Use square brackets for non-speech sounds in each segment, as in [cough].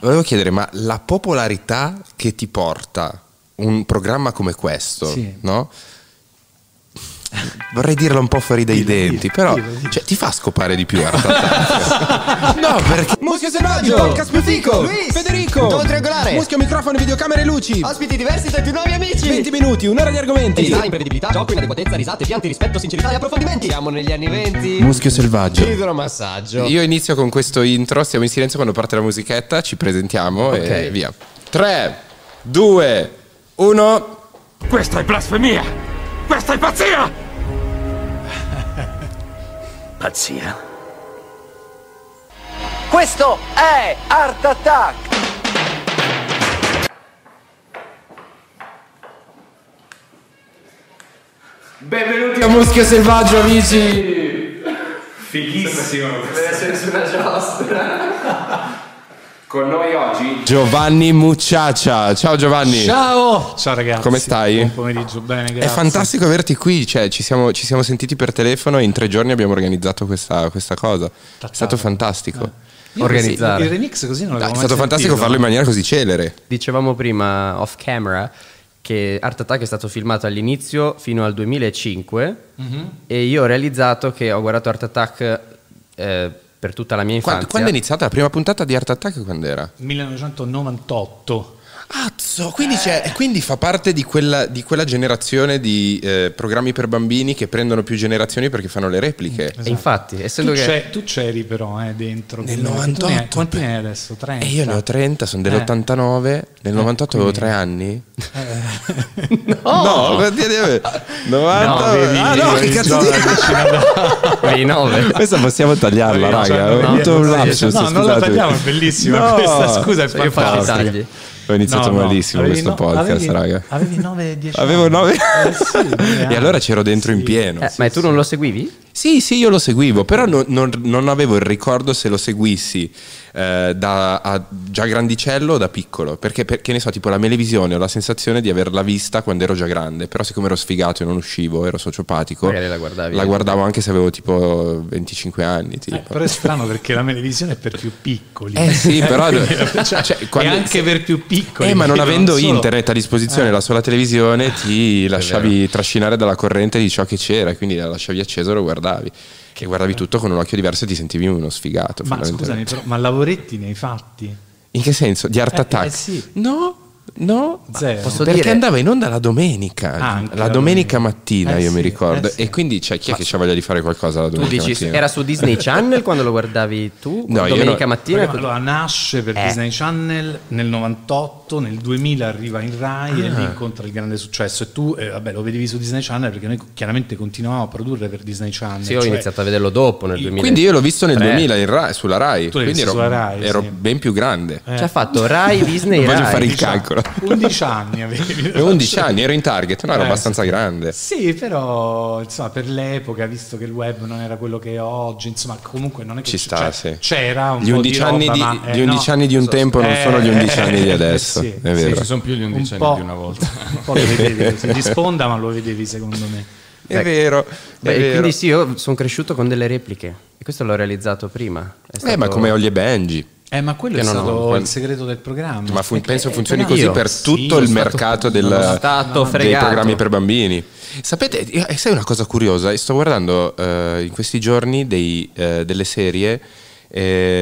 Volevo chiedere, ma la popolarità che ti porta un programma come questo, Sì. no? Vorrei dirla un po' fuori dai denti, però Cioè, ti fa scopare di più. Art [laughs] Attack? no, perché Muschio selvaggio, podcast mutico, Luis, Federico, Tono Triangolare. Muschio microfoni, videocamere e luci. Ah, Ospiti diversi tanti nuovi amici. 20 minuti, un'ora di argomenti. Design, imprevedibilità, gioco, inadeguatezza, risate, pianti, rispetto, sincerità e approfondimenti. Siamo negli anni 20. Muschio selvaggio. Idromassaggio. io inizio con questo intro, stiamo in silenzio quando parte la musichetta, ci presentiamo e Ok. via. 3, 2, 1. Questa è blasfemia! Questa è pazzia! Pazzia? Questo è Art Attack! Benvenuti a Muschio selvaggio, amici. Con noi oggi Giovanni Mucciaccia. Ciao Giovanni. Ciao! Ciao ragazzi. Come stai? Buon pomeriggio, bene, grazie. È fantastico averti qui, cioè, ci, siamo, ci siamo sentiti per telefono e in tre giorni abbiamo organizzato questa, questa cosa. È stato fantastico. Eh. Io Organizzare. Il il remix così non Dai, l'avevo è mai stato fantastico sentito. farlo in maniera così celere. Dicevamo prima off camera che Art Attack è stato filmato all'inizio fino al 2005 Mhm. e io ho realizzato che ho guardato Art Attack eh, per tutta la mia Quando, infanzia. eh. quando è iniziata la prima puntata di Art Attack? Quando era? 1998. Azzo, quindi, c'è- e Eh. quindi fa parte di quella, di quella generazione di eh, programmi per bambini che prendono più generazioni perché fanno le repliche. Esatto. E infatti, essendo Tu, che c'è- tu c'eri però eh, dentro. Nel quindi- tu ne hai- 98. Quanti ne hai adesso? Eh, 30. E io ne ho 30, sono dell'89, Eh. nel 98 avevo 3 anni. [laughs] [laughs] no, no, quanti anni avevi? 90. avevi- ah, no, che avevi cazzo già dici? una decina [laughs] avevi 9. Questa possiamo tagliarla, Cioè, raga. no, Ho avuto eh? un no, lapsus. no, non la scusate. tagliamo, è bellissima [laughs] No. questa, scusa, è Io faccio i fantastica. tagli. Ho iniziato No, no, malissimo avevi questo no- podcast, avevi- raga. Avevi 9-10 Avevo 9 [laughs] anni. Eh, e allora c'ero dentro in pieno. Eh, ma tu non lo seguivi? Sì, sì, io lo seguivo, però non, non- non avevo il ricordo se lo seguissi eh, da a- già grandicello o da piccolo, perché, perché ne so, tipo la melevisione ho la sensazione di averla vista quando ero già grande, però siccome ero sfigato e non uscivo, ero sociopatico, Magari la guardavi. la guardavo anche se avevo tipo 25 anni. Tipo. Eh, però è strano perché la televisione è per più piccoli. Eh [laughs] sì, però cioè, E quando- anche per più piccoli. Eh, ma non quindi avendo solo- Eh. internet a disposizione, la sola [laughs] televisione, ti lasciavi trascinare dalla corrente di ciò che c'era, quindi la lasciavi accesa e lo guardavi. Che Eh. guardavi tutto con un occhio diverso e ti sentivi uno sfigato. Ma scusami, fondamentalmente. però, ma lavoretti nei fatti? In che senso? Di Art Eh, Attack? eh, sì. No, no. Zero. posso perché dire- andava in onda la domenica, Ah, anche la la domenica domenica. mattina, Eh, io mi sì, ricordo. eh, sì. E quindi c'è chi è che c'ha voglia di fare qualcosa la Tu domenica dici mattina? era su Disney Channel quando lo guardavi tu, No, io domenica no. mattina. Perché allora nasce per Eh. Disney Channel nel 98, nel 2000 arriva in Rai e lì Ah. incontra il grande successo. E tu, eh, vabbè, lo vedevi su Disney Channel perché noi chiaramente continuavamo a produrre per Disney Channel. Sì, ho cioè- iniziato a vederlo dopo nel il- 2000. Quindi io l'ho visto nel Tre. 2000 in Rai- sulla Rai, Tu l'hai quindi ero, visto sulla Rai, ero sì. ben più grande. Ci ha fatto Rai, Disney Non voglio Rai. fare il [laughs] calcolo. 11 anni avevi. [laughs] E 11 anni, ero in target, no, ero Eh, abbastanza grande. Sì, però insomma, per l'epoca, visto che il web non era quello che è oggi, insomma, comunque non è che Ci c- sta, cioè, sì. c'era un Gli po' 11 di roba, anni di, ma, eh, gli 11 no. anni di un tempo non Eh, sono gli 11 anni di eh, adesso, [laughs] sì, è sì, vero. ci Sì, sono più di 11 anni po'- di una volta. [laughs] Un po' lo vedevi [laughs] così, di sponda, ma lo vedevi secondo me. È vero. Beh, è e vero. quindi sì, io sono cresciuto con delle repliche e questo l'ho realizzato prima. È Eh, ma stato- come Oli e Benji. Eh, ma quello Che è non ho- stato quel- il segreto del programma. Ma fu- penso funzioni però così io- per sì, tutto sono il stato- mercato del- sono stato dei fregato. programmi per bambini. Sapete, io- eh, sai una cosa curiosa? Sto guardando eh, in questi giorni dei, eh, delle serie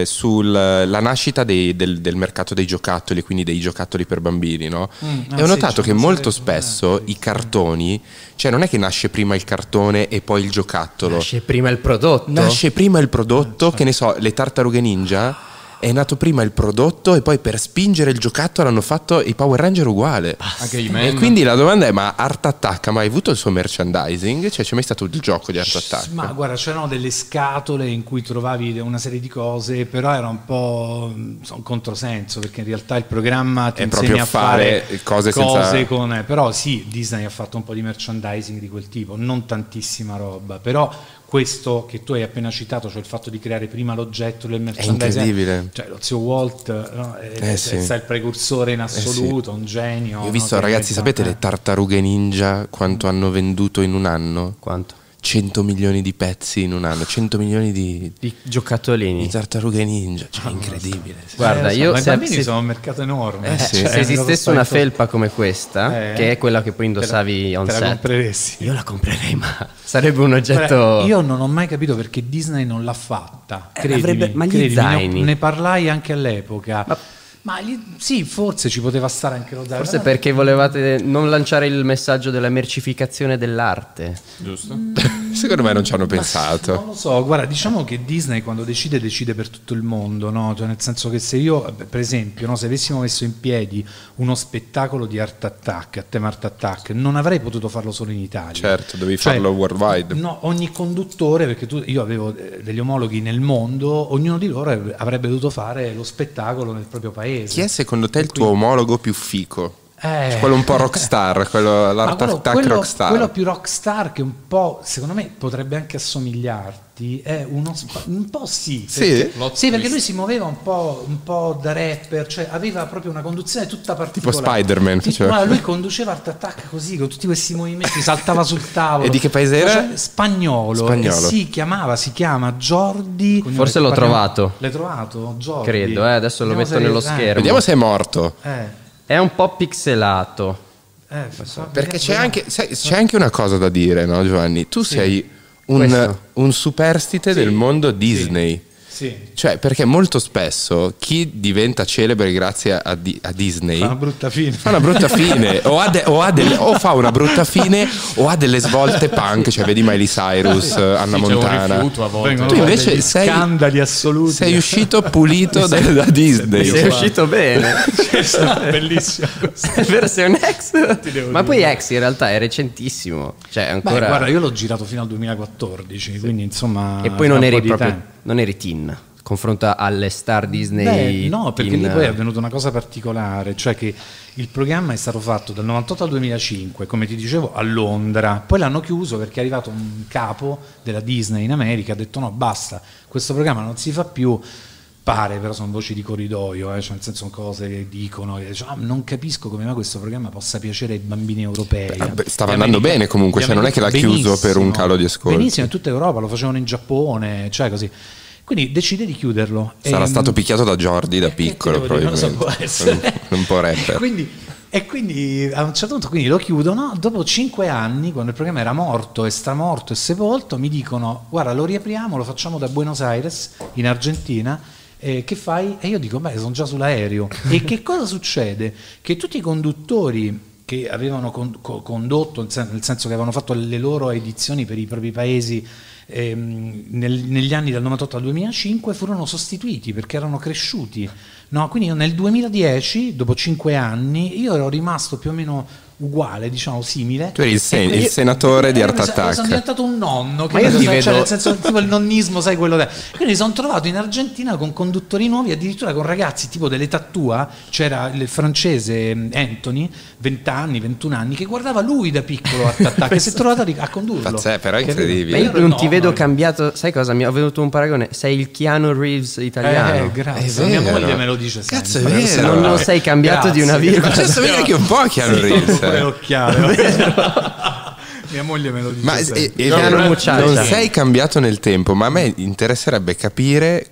sulla nascita dei- del, del mercato dei giocattoli, quindi dei giocattoli per bambini, no? ah, e ho sì, notato c'è che una molto serie eh. con- spesso i cartoni, cioè non è che nasce prima il cartone e poi il giocattolo. Nasce prima il prodotto. Nasce prima il prodotto, che ne so, le tartarughe ninja. È nato prima il prodotto e poi per spingere il giocattolo hanno fatto i Power Ranger uguale. Anche i E men. quindi la domanda è: ma Art Attack ha mai avuto il suo merchandising? Cioè, c'è mai stato il gioco di Art Attack? Ma guarda, c'erano delle scatole in cui trovavi una serie di cose, però era un po' mh, un controsenso perché in realtà il programma ti È insegna proprio a fare fare cose senza- con eh, però sì, Disney ha fatto un po' di merchandising di quel tipo, non tantissima roba, però questo che tu hai appena citato, cioè il fatto di creare prima l'oggetto del merchandising, incredibile. Cioè lo zio Walt no, è, Eh, è sì. Eh stato il precursore in sì. assoluto, un genio. Io ho no, visto, che ragazzi, inventa- sapete eh. le tartarughe ninja quanto hanno venduto in un anno? Quanto? 100 milioni di pezzi in un anno, 100 milioni di, Di di giocattolini. tartarughe ninja, cioè incredibile. sì. Guarda, Eh, lo so, io ma i se- bambini se- sono un mercato enorme. Eh, sì. Cioè, Se è una esistesse cosa una spaventosa. felpa come questa, Eh, che è quella che poi te indossavi la- on te la set, compreresti. io la comprerei, ma [laughs] sarebbe un oggetto. Guarda, Io non ho mai capito perché Disney non l'ha fatta. Eh, Credimi, avrebbe- ma gli credimi, ne ho- zaini? Ne, parlai anche all'epoca. Ma, gli- sì, forse ci poteva stare anche lo zaino. Forse Ma- perché volevate non lanciare il messaggio della mercificazione dell'arte. Secondo me non ci hanno pensato. Non lo so, guarda, diciamo che Disney quando decide decide per tutto il mondo, no? Cioè, nel senso che se io, beh, per esempio, no, se avessimo messo in piedi uno spettacolo di Art Attack, a tema Art Attack, non avrei potuto farlo solo in Italia. Cioè, Certo, dovevi farlo worldwide. No, ogni conduttore, perché tu- io avevo eh, degli omologhi nel mondo, ognuno di loro av- avrebbe dovuto fare lo spettacolo nel proprio paese. Chi è secondo te il tuo omologo più fico? Eh. Cioè, quello un po' rockstar, quello, Ma l'art quello, attack quello- rockstar. quello più rockstar che un po', secondo me, potrebbe anche assomigliarti, è uno spa- un po' sì. Sì? perché- Plot sì, perché lui si muoveva un po', un po' da rapper, cioè aveva proprio una conduzione tutta particolare. Spider-Man, Ti- cioè. guarda, lui conduceva Art Attack così, con tutti questi movimenti, saltava [laughs] sul tavolo. E di che paese era? Cioè, spagnolo. Spagnolo. E si chiamava, si chiama Jordi... Forse l'ho Parliamo- trovato. L'hai trovato? Jordi? Credo, eh, adesso lo metto se- nello eh, schermo. Vediamo se è morto. eh, È un po' pixelato. eh, fa- Perché c'è vediamo. anche, sai, c'è anche una cosa da dire, no, Giovanni? Tu sei un, Questo. un superstite del mondo Disney. Sì. Cioè, perché molto spesso chi diventa celebre grazie a, Di- a Disney Fa una brutta fine. fa una brutta fine o, ha de- o ha delle- o fa una brutta fine o ha delle svolte punk, cioè vedi Miley Cyrus, Anna Sì, c'è un Montana. rifiuto a volte. Tu invece sei, scandali assoluti. sei uscito pulito da, da Disney. Sei uscito bene. [laughs] bellissimo. Versione ex. Ma poi ex in realtà è recentissimo. Cioè, Beh, ancora. guarda, io l'ho girato fino al 2014, quindi insomma. e poi non da un po' eri di proprio. tempo. Non eri teen. Confronto alle star Disney. Beh, no, perché teen. lì poi è avvenuta una cosa particolare, cioè che il programma è stato fatto dal 98 al 2005, come ti dicevo, a Londra. Poi l'hanno chiuso perché è arrivato un capo della Disney in America, ha detto no, basta, questo programma non si fa più. Pare, però sono voci di corridoio, eh, cioè nel senso sono cose che dicono, che, diciamo, "Ah, non capisco come mai questo programma possa piacere ai bambini europei. Beh, stava Gli andando americani- bene comunque, gli cioè, non è che l'ha americani- chiuso per un benissimo, calo di ascolti. Benissimo, in tutta Europa lo facevano in Giappone, cioè così. Quindi decide di chiuderlo. Sarà Ehm, eh, stato picchiato da Jordi da che ti piccolo, devo dire, non lo probabilmente. so, può essere. Un po' rapper. quindi, e quindi a un certo punto quindi lo chiudono. Dopo cinque anni, quando il programma era morto, e stramorto e sepolto, mi dicono: Guarda, lo riapriamo, lo facciamo da Buenos Aires in Argentina. eh, che fai? E io dico: Beh, sono [laughs] già sull'aereo. e che cosa succede? Che tutti i conduttori che avevano con- co- condotto, nel sen- nel senso che avevano fatto le loro edizioni per i propri paesi ehm, nel- negli anni dal 98 al 2005 furono sostituiti perché erano cresciuti. No, quindi io nel 2010, dopo cinque anni, io ero rimasto più o meno uguale, diciamo simile. Tu eri il sen- E quindi- il senatore di Eh, Art so- Attack. Sono diventato un nonno, che Ma io ti so- cioè, vedo- nel senso, tipo il nonnismo, sai quello che... Quindi sono trovato in Argentina con conduttori nuovi, addirittura con ragazzi tipo dell'età tua, c'era il francese mm, Anthony, 20 anni, 21 anni, che guardava lui da piccolo Art Attack [laughs] e si è trovato a ri- a condurlo. Pazzè, Cioè, però è Capito? incredibile. Ma io ero non il ti nonno, vedo io. cambiato. Sai cosa? Mi è venuto un paragone. Sei il Keanu Reeves italiano. Eh, grazie. È Mia vero. moglie me lo dice Cazzo, sempre. è vero. non, non Eh, sei cambiato di una grazie. virgola. Ma adesso vedi anche un po' Keanu Reeves. Con le eh. [laughs] occhiale. Mia moglie me lo dice Ma eh, sempre. e- e- Keanu non- Mucciaccia. non sei cambiato nel tempo, ma a me interesserebbe capire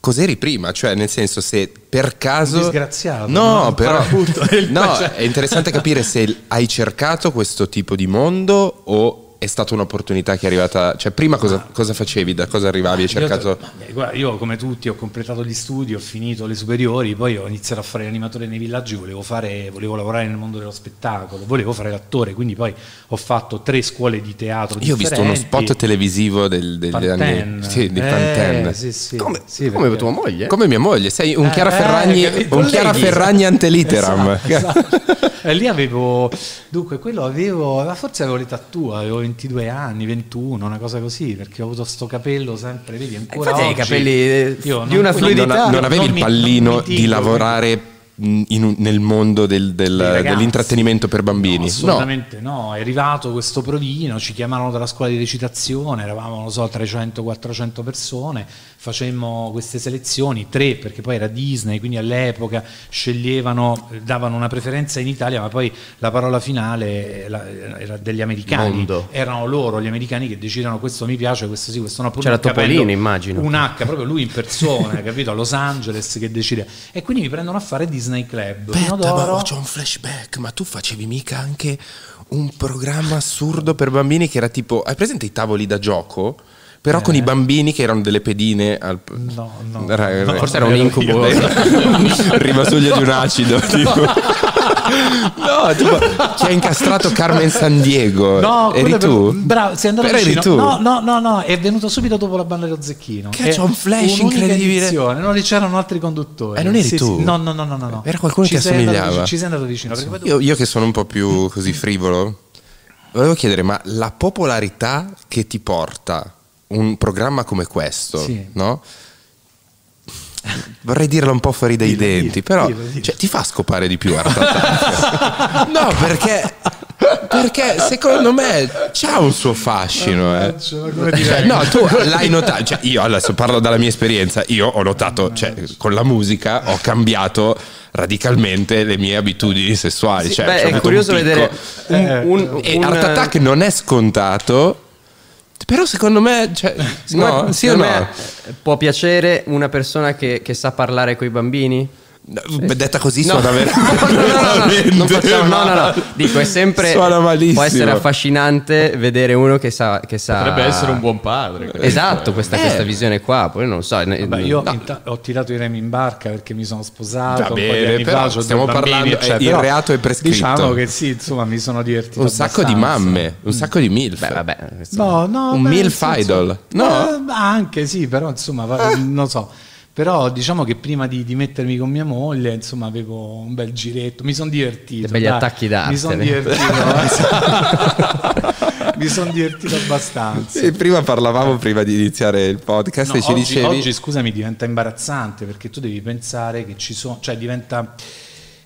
cos'eri prima, cioè nel senso se per caso... Un disgraziato, No, no? Un però... paracuto. [laughs] no, è interessante capire se hai cercato questo tipo di mondo o è stata un'opportunità che è arrivata... Cioè prima cosa, cosa facevi, da cosa arrivavi? Hai cercato... Ah. Io, ma, eh, guarda, io come tutti ho completato gli studi, ho finito le superiori, poi ho iniziato a fare animatore nei villaggi, volevo, fare, volevo lavorare nel mondo dello spettacolo, volevo fare l'attore, quindi poi ho fatto tre scuole di teatro. Io ho visto uno spot differenti. televisivo del, degli anni... Pantene. Sì, di Eh, Pantene. sì, sì. Come, Sì, come perché- tua moglie? Come mia moglie, sei un Eh, Chiara eh, Ferragni, capito, un colleghi. Chiara [laughs] Ferragni anteliteram. Esatto, e lì avevo dunque quello avevo ma forse avevo l'età tua avevo 22 anni 21 una cosa così perché ho avuto sto capello sempre vedi ancora Infatti hai i oggi capelli, eh, io di una Quindi non- fluidità. non, non avevi non il mi- pallino non mi di tingo, lavorare in un- nel mondo del- del- dei ragazzi. dell'intrattenimento per No, bambini. No, assolutamente no. è arrivato questo provino, ci chiamarono dalla scuola di recitazione, eravamo, non lo so, 300-400 persone, facemmo queste selezioni, tre perché poi era Disney, quindi all'epoca sceglievano, eh, davano una preferenza in Italia, ma poi la parola finale eh, la- era degli americani, Mondo. erano loro gli americani che decidono questo mi piace, questo sì, questo no. pur C'era non capendo Topolino, immagino. Un H, proprio lui in persona, capito? A Los Angeles che decide. E quindi mi prendono a fare Disney Club. Inodoro. un flashback, ma tu facevi mica anche un programma assurdo per bambini che era tipo, hai presente i tavoli da gioco? Però con i bambini che erano delle pedine al... Eh. No, no. Ra- eh, No, ra- Forse era un ero incubo. io, [laughs] vero? Rimasuglia di un [laughs] acido. tipo. No, tipo, chi ha incastrato Carmen San Diego? No, quello eri è vero- tu? Bravo, sei andato Però eri tu. vicino. No, no, no, no, è venuto subito dopo la banda dello Zecchino. Che È c'è un flash un'unica incredibile. edizione, Non c'erano altri conduttori. Eh, non eri Sì, tu? sì. No, no, no, no, no. no. Era qualcuno Ci che sei andato assomigliava. vicino- Ci sei andato vicino. perché poi tu- Io, io che sono un po' Mm. più così frivolo, volevo chiedere, ma la popolarità che ti porta un programma come questo, Sì. no? Vorrei dirla un po' fuori dai Dillo, denti, dillo, però dillo, dillo. cioè, ti fa scopare di più Art Attack? no, perché, perché secondo me c'ha un suo fascino. eh. Cioè, no, tu l'hai notato. Cioè, io adesso parlo dalla mia esperienza. Io ho notato, cioè, con la musica ho cambiato radicalmente le mie abitudini sessuali. cioè, Beh, c'ho avuto è un curioso picco. Eh, vedere un, un- E un- Art Attack non è scontato. Però secondo me, cioè, Secondo me- no, sì o secondo no? me, eh, Può piacere una persona che, che sa parlare con i bambini? Beh, Detta così No. suona ver- [laughs] No, no, no, no, no, veramente non facciamo- no, no, no. male. Dico, è sempre Suona malissimo. può essere affascinante vedere uno che sa, che sa- Potrebbe essere un buon padre. Esatto, questa, Eh. questa visione qua, poi non lo so. ne- Mm. Vabbè, io no. inta- ho tirato i remi in barca perché mi sono sposato. Va un po' di bene, anni però fa, c'ho due stiamo bambini, parlando- eccetera. eh, il Però reato è prescritto. Diciamo che sì, insomma, mi sono divertito. Un sacco di abbastanza. mamme, un sacco di milf. Beh, vabbè, questo- No, no, Un beh, nel MILF senso- idol? No? Eh. Eh, anche sì, però insomma, va- non so. Però diciamo che prima di, di mettermi con mia moglie, insomma, avevo un bel giretto, mi sono divertito. Dei begli dai. attacchi d'arte. Mi sono [laughs] divertito. [laughs] mi sono divertito abbastanza. Sì, prima parlavamo prima di iniziare il podcast No, e ci oggi, dicevi oggi, scusami, diventa imbarazzante perché tu devi pensare che ci sono, cioè diventa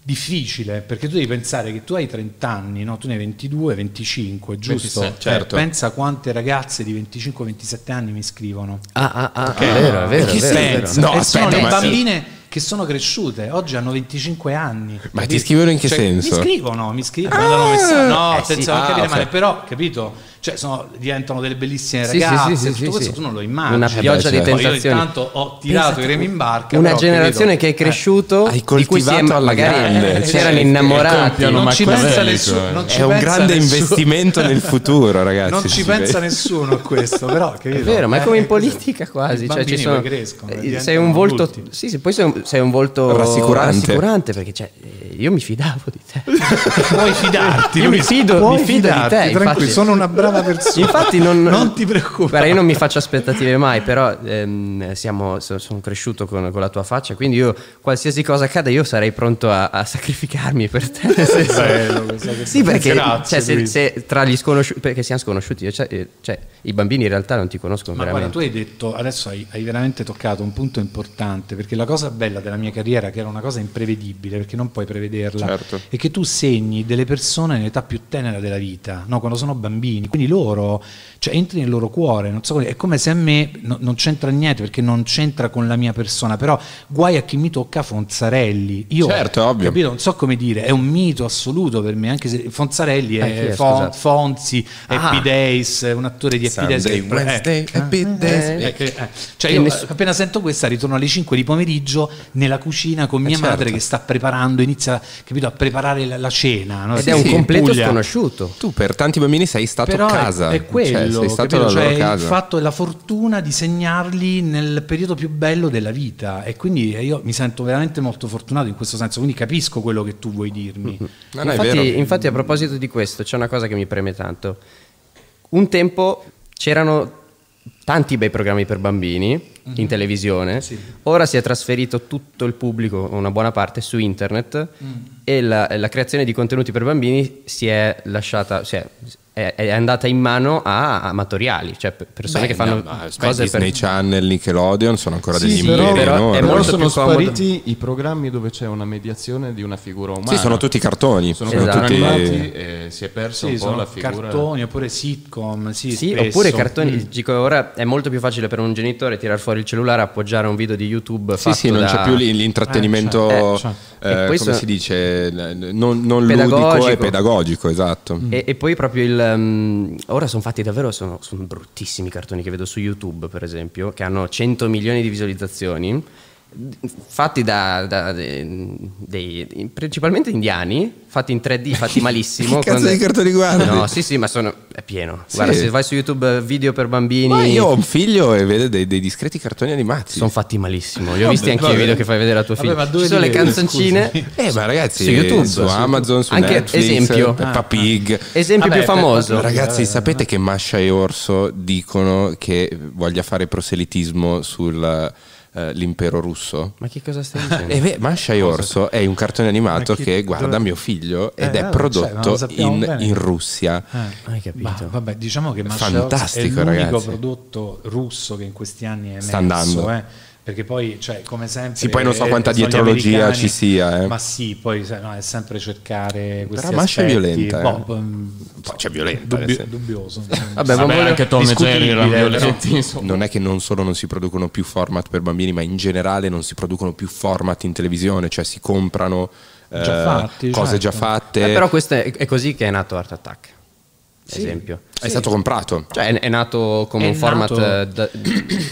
difficile perché tu devi pensare che tu hai 30 anni, no? tu ne hai 22, 25, giusto? 26, Cioè, certo. pensa quante ragazze di 25-27 anni mi scrivono. Ah, ah, ah, è vero, è vero, è Chi vero, è sei? vero. No, e aspetta, sono le ma sì. bambine che sono cresciute, oggi hanno 25 anni. Ma capito? ti scrivono in che Cioè, senso? Mi scrivono, mi scrivono, mandano messaggi. No, Eh, attenzione, sì. non Ah, capire ok. male, però, capito? Cioè, sono- diventano delle bellissime Sì, sì, sì, ragazze, sì, tutto sì, questo sì. tu non lo immagini. Una Vabbè, pioggia di certo. Poi tentazioni. Io intanto ho tirato Pensate, i remi in barca. Una però, generazione che è capito? Eh. cresciuto, Hai di cui si è, coltivato alla magari grande, si cioè, erano che innamorati. compiano non ci Machiavelli, pensa nessuno, cioè. non ci è un pensa grande nessuno- investimento nel futuro, ragazzi. Non ci si pensa vede. nessuno a questo, però capito? È vero, ma è come in Eh, così. politica quasi. I Cioè, ci bambini sono, poi crescono, eh, sei diventano un volto, adulti. sì, sì, poi sei un, sei un volto Rassicurante. rassicurante, perché cioè, eh, io mi fidavo di te. Puoi fidarti, Io mi Luisa, fido- puoi mi fido di fidarti, te, tranquillo, infatti. sono una brava persona. Infatti, non, [laughs] Non ti preoccupare. Guarda, io non mi faccio aspettative mai, però ehm, siamo- so- sono cresciuto con, con la tua faccia, quindi io, qualsiasi cosa accada, io sarei pronto a, a sacrificarmi per te. nel senso- Bello, questa cosa. Sì, perché Grazie, cioè, se, Luisa. se tra gli sconosciuti, perché siamo sconosciuti, cioè, eh, cioè, i bambini in realtà non ti conoscono Ma guarda, veramente. tu hai detto, adesso hai, hai veramente toccato un punto importante, perché la cosa bella della mia carriera, che era una cosa imprevedibile, perché non puoi prevederla, Certo. è che tu segni delle persone nell'età più tenera della vita, no? quando sono bambini, quindi loro, cioè entri nel loro cuore, non so come- è come se a me no- non c'entra niente, perché non c'entra con la mia persona, però guai a chi mi tocca Fonzarelli, io Certo, ovvio. capito? non so come dire, è un mito assoluto per me, anche se Fonzarelli Eh, chi è, è, Fon- scusate? Fonzi, Happy Days, è un attore di Happy eh. Days. Sunday, che- Wednesday, Happy Days. eh, eh, eh. Cioè Che io ness- eh, appena sento questa ritorno alle 5 di pomeriggio nella cucina con mia madre che sta preparando, inizia capito, a preparare la, la cena. no? Ed Sì, è un sì, completo Puglia. sconosciuto. Tu per tanti bambini sei stato Però è- casa. è, Cioè, quello, sei stato capito? la Cioè, loro il casa. fatto è la fortuna di segnarli nel periodo più bello della vita e quindi eh, io mi sento veramente molto fortunato in questo senso, quindi capisco quello che tu vuoi dirmi. Mhm. No, no, è vero. Infatti, infatti, a proposito di questo, c'è una cosa che mi preme tanto. Un tempo c'erano tanti bei programmi per bambini Mhm. in televisione, ora si è trasferito tutto il pubblico, una buona parte, su Mm. internet e la, la creazione di contenuti per bambini si è lasciata, si è- è, è andata in mano a amatoriali, cioè per- persone Beh, che fanno no, ma aspetta, cose per... Disney Channel, Nickelodeon sono ancora Sì, degli sì, imperi però- però è enormi. molto Però più sono comodo. spariti i programmi dove c'è una mediazione di una figura umana. Sì, sono tutti cartoni. Sono sono Esatto. tutti- animati e si è persa Sì, un po' sono la figura. cartoni oppure sitcom. Sì, Sì, spesso. oppure cartoni, Mm. dico ora è molto più facile per un genitore tirar fuori il cellulare, appoggiare un video di YouTube Sì, fatto sì, non da... c'è più lì l'intrattenimento, Eh, cioè, eh, eh, e come poi sono- si dice, eh, non, non ludico e Pedagogico. pedagogico, esatto. E, e poi proprio il... ehm, ora sono fatti davvero, sono, sono bruttissimi i cartoni che vedo su YouTube, per esempio, che hanno 100 milioni di visualizzazioni, fatti da, da- de- dei- principalmente indiani, fatti [laughs] in 3D, fatti malissimo. Che cazzo con- di cartoni guardi? No, sì, sì, ma sono... è pieno. Guarda, Sì. se vai su YouTube eh, video per bambini... Ma io ho un figlio e vede dei, dei discreti cartoni animati. Sono fatti malissimo. Li ho visti anche io i vabbè. video che fai vedere a tuo figlio. Vabbè, ma dove Ci sono li le vedi? canzoncine. Eh, ma ragazzi, Su YouTube, su su Amazon, su Anche Netflix, eh, esempio. Ah, Peppa Pig. Esempio Vabbè, più eh, famoso. per- Ragazzi, sapete che Masha e Orso dicono che voglia fare proselitismo sull'impero russo? Ma che cosa stai E dicendo? Eh, beh, Masha e Orso è un cartone animato Ma chi- che guarda dove- mio figlio ed Eh, è no, cioè, ma prodotto lo sappiamo in, bene. in Russia. Eh. Hai capito. Ma, vabbè, diciamo che Marshall Fantastico, è l'unico ragazzi. prodotto russo che in questi anni è emerso, Sta andando. eh, Perché poi, cioè, come sempre, Sì, poi non so eh, quanta sono gli dietrologia americani, ci sia, eh. ma sì, poi sai, no, è sempre cercare questi Però Masha è aspetti, violenta, eh. boh, ehm, Poi c'è violenza. dubbio- nel senso. dubbioso. Vabbè, ma Vabbè, voglio- anche Tom e Jerry erano discutibile, violenti. insomma. Non è che non solo non si producono più format per bambini, ma in generale non si producono più format in televisione, cioè si comprano eh, Già fatti, cose certo. già fatte. Eh, però questo è, è così che è nato Art Attack. Esempio. È stato comprato. Cioè è, è nato come È un format nato- eh, [coughs] da-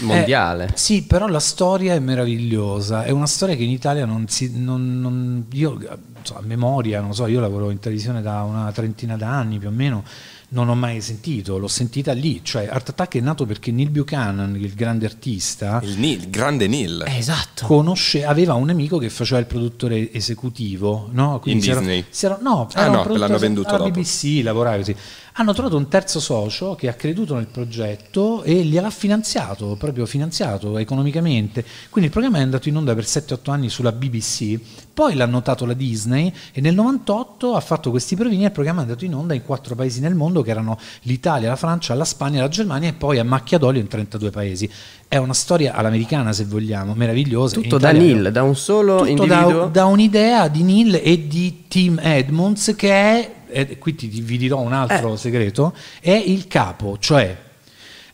mondiale. Eh, sì, però la storia è meravigliosa. È una storia che in Italia non si. non- non- io so, a memoria, non so, io lavoro in televisione da una trentina d'anni più o meno. Non ho mai sentito, l'ho sentita lì. Cioè, Art Attack è nato perché Neil Buchanan, il grande artista, Il, Neil- il grande Neil. Eh, esatto. conosce- aveva un amico che faceva il produttore esecutivo, no? In si era- Disney? si era- no, Ah, era un no, produttore l'hanno venduto alla dopo. BBC, lavorava così. Hanno trovato un terzo socio che ha creduto nel progetto e gliel'ha finanziato, proprio finanziato economicamente. Quindi il programma è andato in onda per 7-8 anni sulla BBC, poi l'ha notato la Disney e nel 98 ha fatto questi provini e il programma è andato in onda in quattro paesi nel mondo che erano l'Italia, la Francia, la Spagna, la Germania e poi a macchia d'olio in 32 paesi. È una storia all'americana se vogliamo, meravigliosa. Tutto In da Italia- Neil, da un solo tutto da- individuo. da, un'idea di Neil e di Tim Edmonds che è, e qui ti, vi dirò un Eh. altro segreto, è il capo, cioè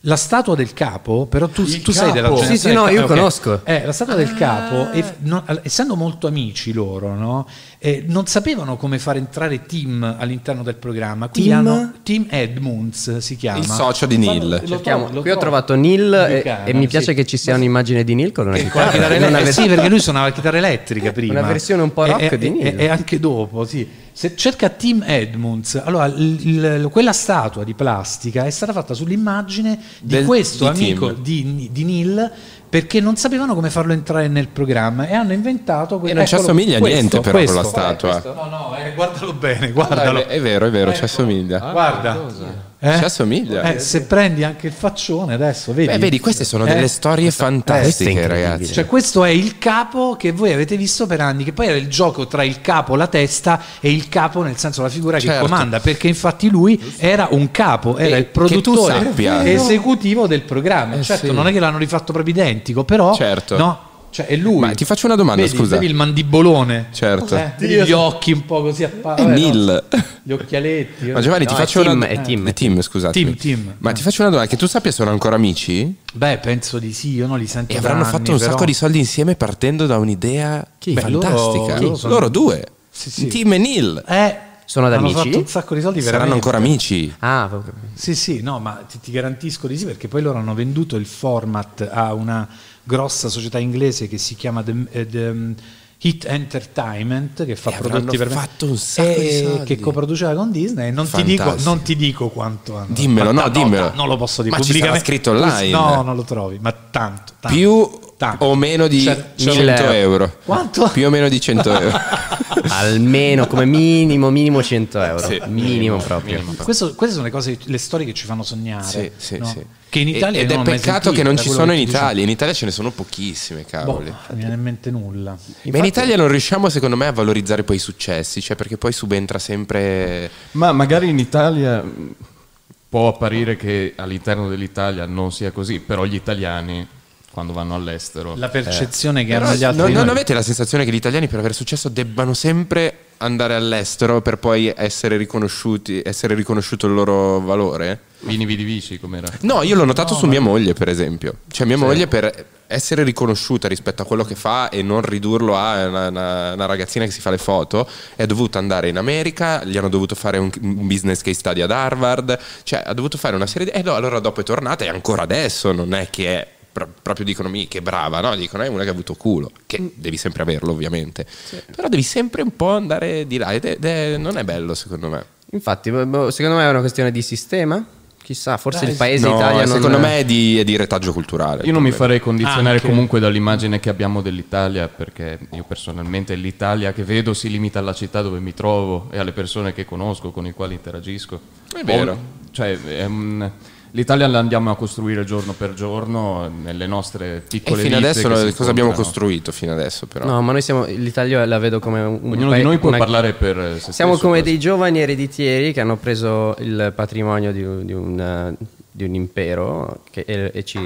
la statua del capo, però tu, tu sei della capo? Sì, generazione sì, no, del io capo, ok. conosco. Eh, la statua del capo, e- no, all- essendo molto amici loro, no? Eh, non sapevano come far entrare Tim all'interno del programma, quindi Tim? hanno Tim Edmonds si chiama. Il socio di Neil. Lo trovo- Cerchiamo. lo Qui ho trovo. trovato Neil e, Buchanan, e mi sì. piace che ci sia un'immagine di Neil con una Con la chitarra. chitarra non una elettrica. vers- sì, perché lui suonava la chitarra elettrica prima. Una versione un po' E- rock e, di Neil. E, e anche dopo, sì. Se cerca Tim Edmunds, allora il- il- quella statua di plastica è stata fatta sull'immagine di Del- questo di amico Tim. di, di Neil perché non sapevano come farlo entrare nel programma e hanno inventato que- E non ci eccolo, assomiglia a Eh, questo, niente però questo. quella statua. No, no, eh, guardalo bene, Ah, guardalo. è, è vero, è vero, ci assomiglia. Guarda. Ci assomiglia. Ecco. Eh, se prendi anche il faccione adesso, vedi? Beh, vedi, queste sono Eh. delle storie fantastiche, incredibile. ragazzi. Cioè, questo è il capo che voi avete visto per anni, che poi era il gioco tra il capo, la testa e il capo, nel senso la figura che Certo. comanda, perché infatti lui era un capo, era E il che tu produttore sappia. Eh, esecutivo del programma. certo, sì. non è che l'hanno rifatto proprio identico, però Certo. no, cioè, è lui. Ma ti faccio una domanda, Vedi, scusa. vedi il mandibolone, Certo. Eh, vedi gli occhi un po' così a pa- È vabbè, no, Neil. gli occhialetti. Ma Giovanni, No, ti è faccio Tim, una è Tim. eh, Tim, scusatemi. Tim, Tim. Ma ti faccio una domanda, che tu sappia sono ancora amici? Beh, penso di sì, io non li sento E avranno da fatto anni, un però. sacco di soldi insieme partendo da un'idea Beh, fantastica. loro- Loro, loro sono- due, Sì, sì. Tim e Neil, Eh, Sono ad hanno amici? fatto un sacco di soldi saranno veramente. ancora amici. Ah, proprio- Sì, sì, no, ma ti, ti garantisco di sì perché poi loro hanno venduto il format a una grossa società inglese che si chiama The, eh, The, mm, Hit Entertainment che fa E Eh, avranno prodotti per fatto un sacco di e- soldi. che coproduceva con Disney. Non ti, dico, Fantastico. non ti dico quanto hanno. Dimmelo, ma no, ta- dimmelo. ta- non lo posso dire. Ma ci sarà pubblicamente. scritto online. No, non lo trovi, ma tanto. tanto Più tanto. o meno di C'è- c'è 100 un- euro. Quanto? Più o meno di [laughs] 100 euro. almeno come minimo, minimo 100 euro. Sì. minimo proprio. Questo- queste sono le cose, le storie che ci fanno sognare. Sì, sì, no? sì. Che in Italia E- Ed io è non ho mai peccato che sentito, non da ci quello sono in che ti dicevo. Italia. In Italia ce ne sono pochissime, Boh, cavoli. non mi viene in mente nulla. Ma in Italia non riusciamo, secondo me, a valorizzare poi i successi, cioè perché poi subentra sempre. Ma magari in Italia mh, Può apparire che all'interno dell'Italia non sia così, però gli italiani quando vanno all'estero... La percezione che Eh. Però hanno gli altri. non, di non noi. avete la sensazione che gli italiani per avere successo debbano sempre andare all'estero per poi essere riconosciuti, essere riconosciuto il loro valore? Vini vidi vici com'era. No, io l'ho notato su mia moglie, per esempio. Cioè, mia moglie per essere riconosciuta rispetto a quello che fa e non ridurlo a una, una- una ragazzina che si fa le foto, è dovuta andare in America, gli hanno dovuto fare un, un business case study ad Harvard, cioè ha dovuto fare una serie di... E no, allora dopo è tornata e ancora adesso non è che è... pro- Proprio dicono mi che brava, no? Dicono è una che ha avuto culo, che devi sempre averlo ovviamente, però devi sempre un po' andare di là ed è- ed è- non è bello secondo me. Infatti, boh, boh, secondo me è una questione di sistema. Chissà, forse Dai, il paese No, Italia non secondo me è di, è di retaggio culturale. Io non mi farei Ah, condizionare Anche. comunque dall'immagine che abbiamo dell'Italia, perché io personalmente l'Italia che vedo si limita alla città dove mi trovo e alle persone che conosco, con le quali interagisco. È vero. Ho- cioè, è un- l'Italia la andiamo a costruire giorno per giorno nelle nostre E piccole fino vite adesso che si cosa abbiamo incontrano. costruito fino adesso però? No, ma noi siamo. L'Italia la vedo come un. un Ognuno pa- di noi può una- parlare per se stesso. Siamo come questo. dei giovani ereditieri che hanno preso il patrimonio di, un- di un, di un impero che- e, e ci,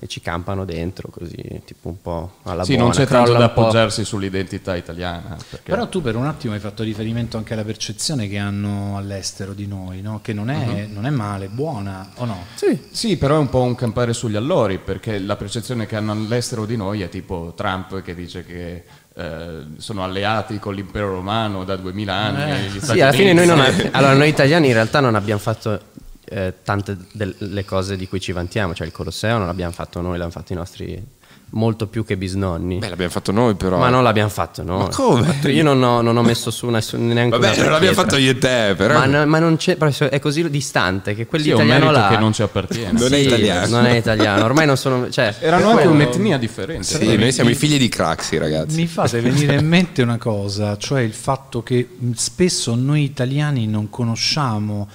e ci campano dentro, così tipo un po' alla Sì, buona. non c'è tanto crolla da un po'. appoggiarsi sull'identità italiana. perché- Però tu per un attimo hai fatto riferimento anche alla percezione che hanno all'estero di noi, no? che non è, Mhm. non è male, buona o no? Eh, Sì. però è un po' un campare sugli allori, perché la percezione che hanno all'estero di noi è tipo Trump che dice che eh, sono alleati con l'impero romano da 2000 Eh. anni. gli Stati Sì, alla fine noi Uniti. non [laughs] ab- allora, noi italiani in realtà non abbiamo fatto eh, tante delle cose di cui ci vantiamo, cioè il Colosseo non l'abbiamo fatto noi, l'hanno fatto i nostri molto più che bisnonni. Beh, l'abbiamo fatto noi però. Ma non l'abbiamo fatto, no. Ma come? Fatto- Io non ho, non ho messo su nessun- neanche una Vabbè, non l'abbiamo pietra. fatto io e te, però. Ma, no- ma non c'è, proprio è così distante che Sì, è un quell'italiano merito là che non eh, ci appartiene. Non è italiano. Non è italiano, ormai non sono, cioè, Erano anche un'etnia differente. Sì, noi siamo i figli di Craxi, ragazzi. Mi [laughs] fate venire in mente una cosa, cioè il fatto che mh, spesso noi italiani non conosciamo,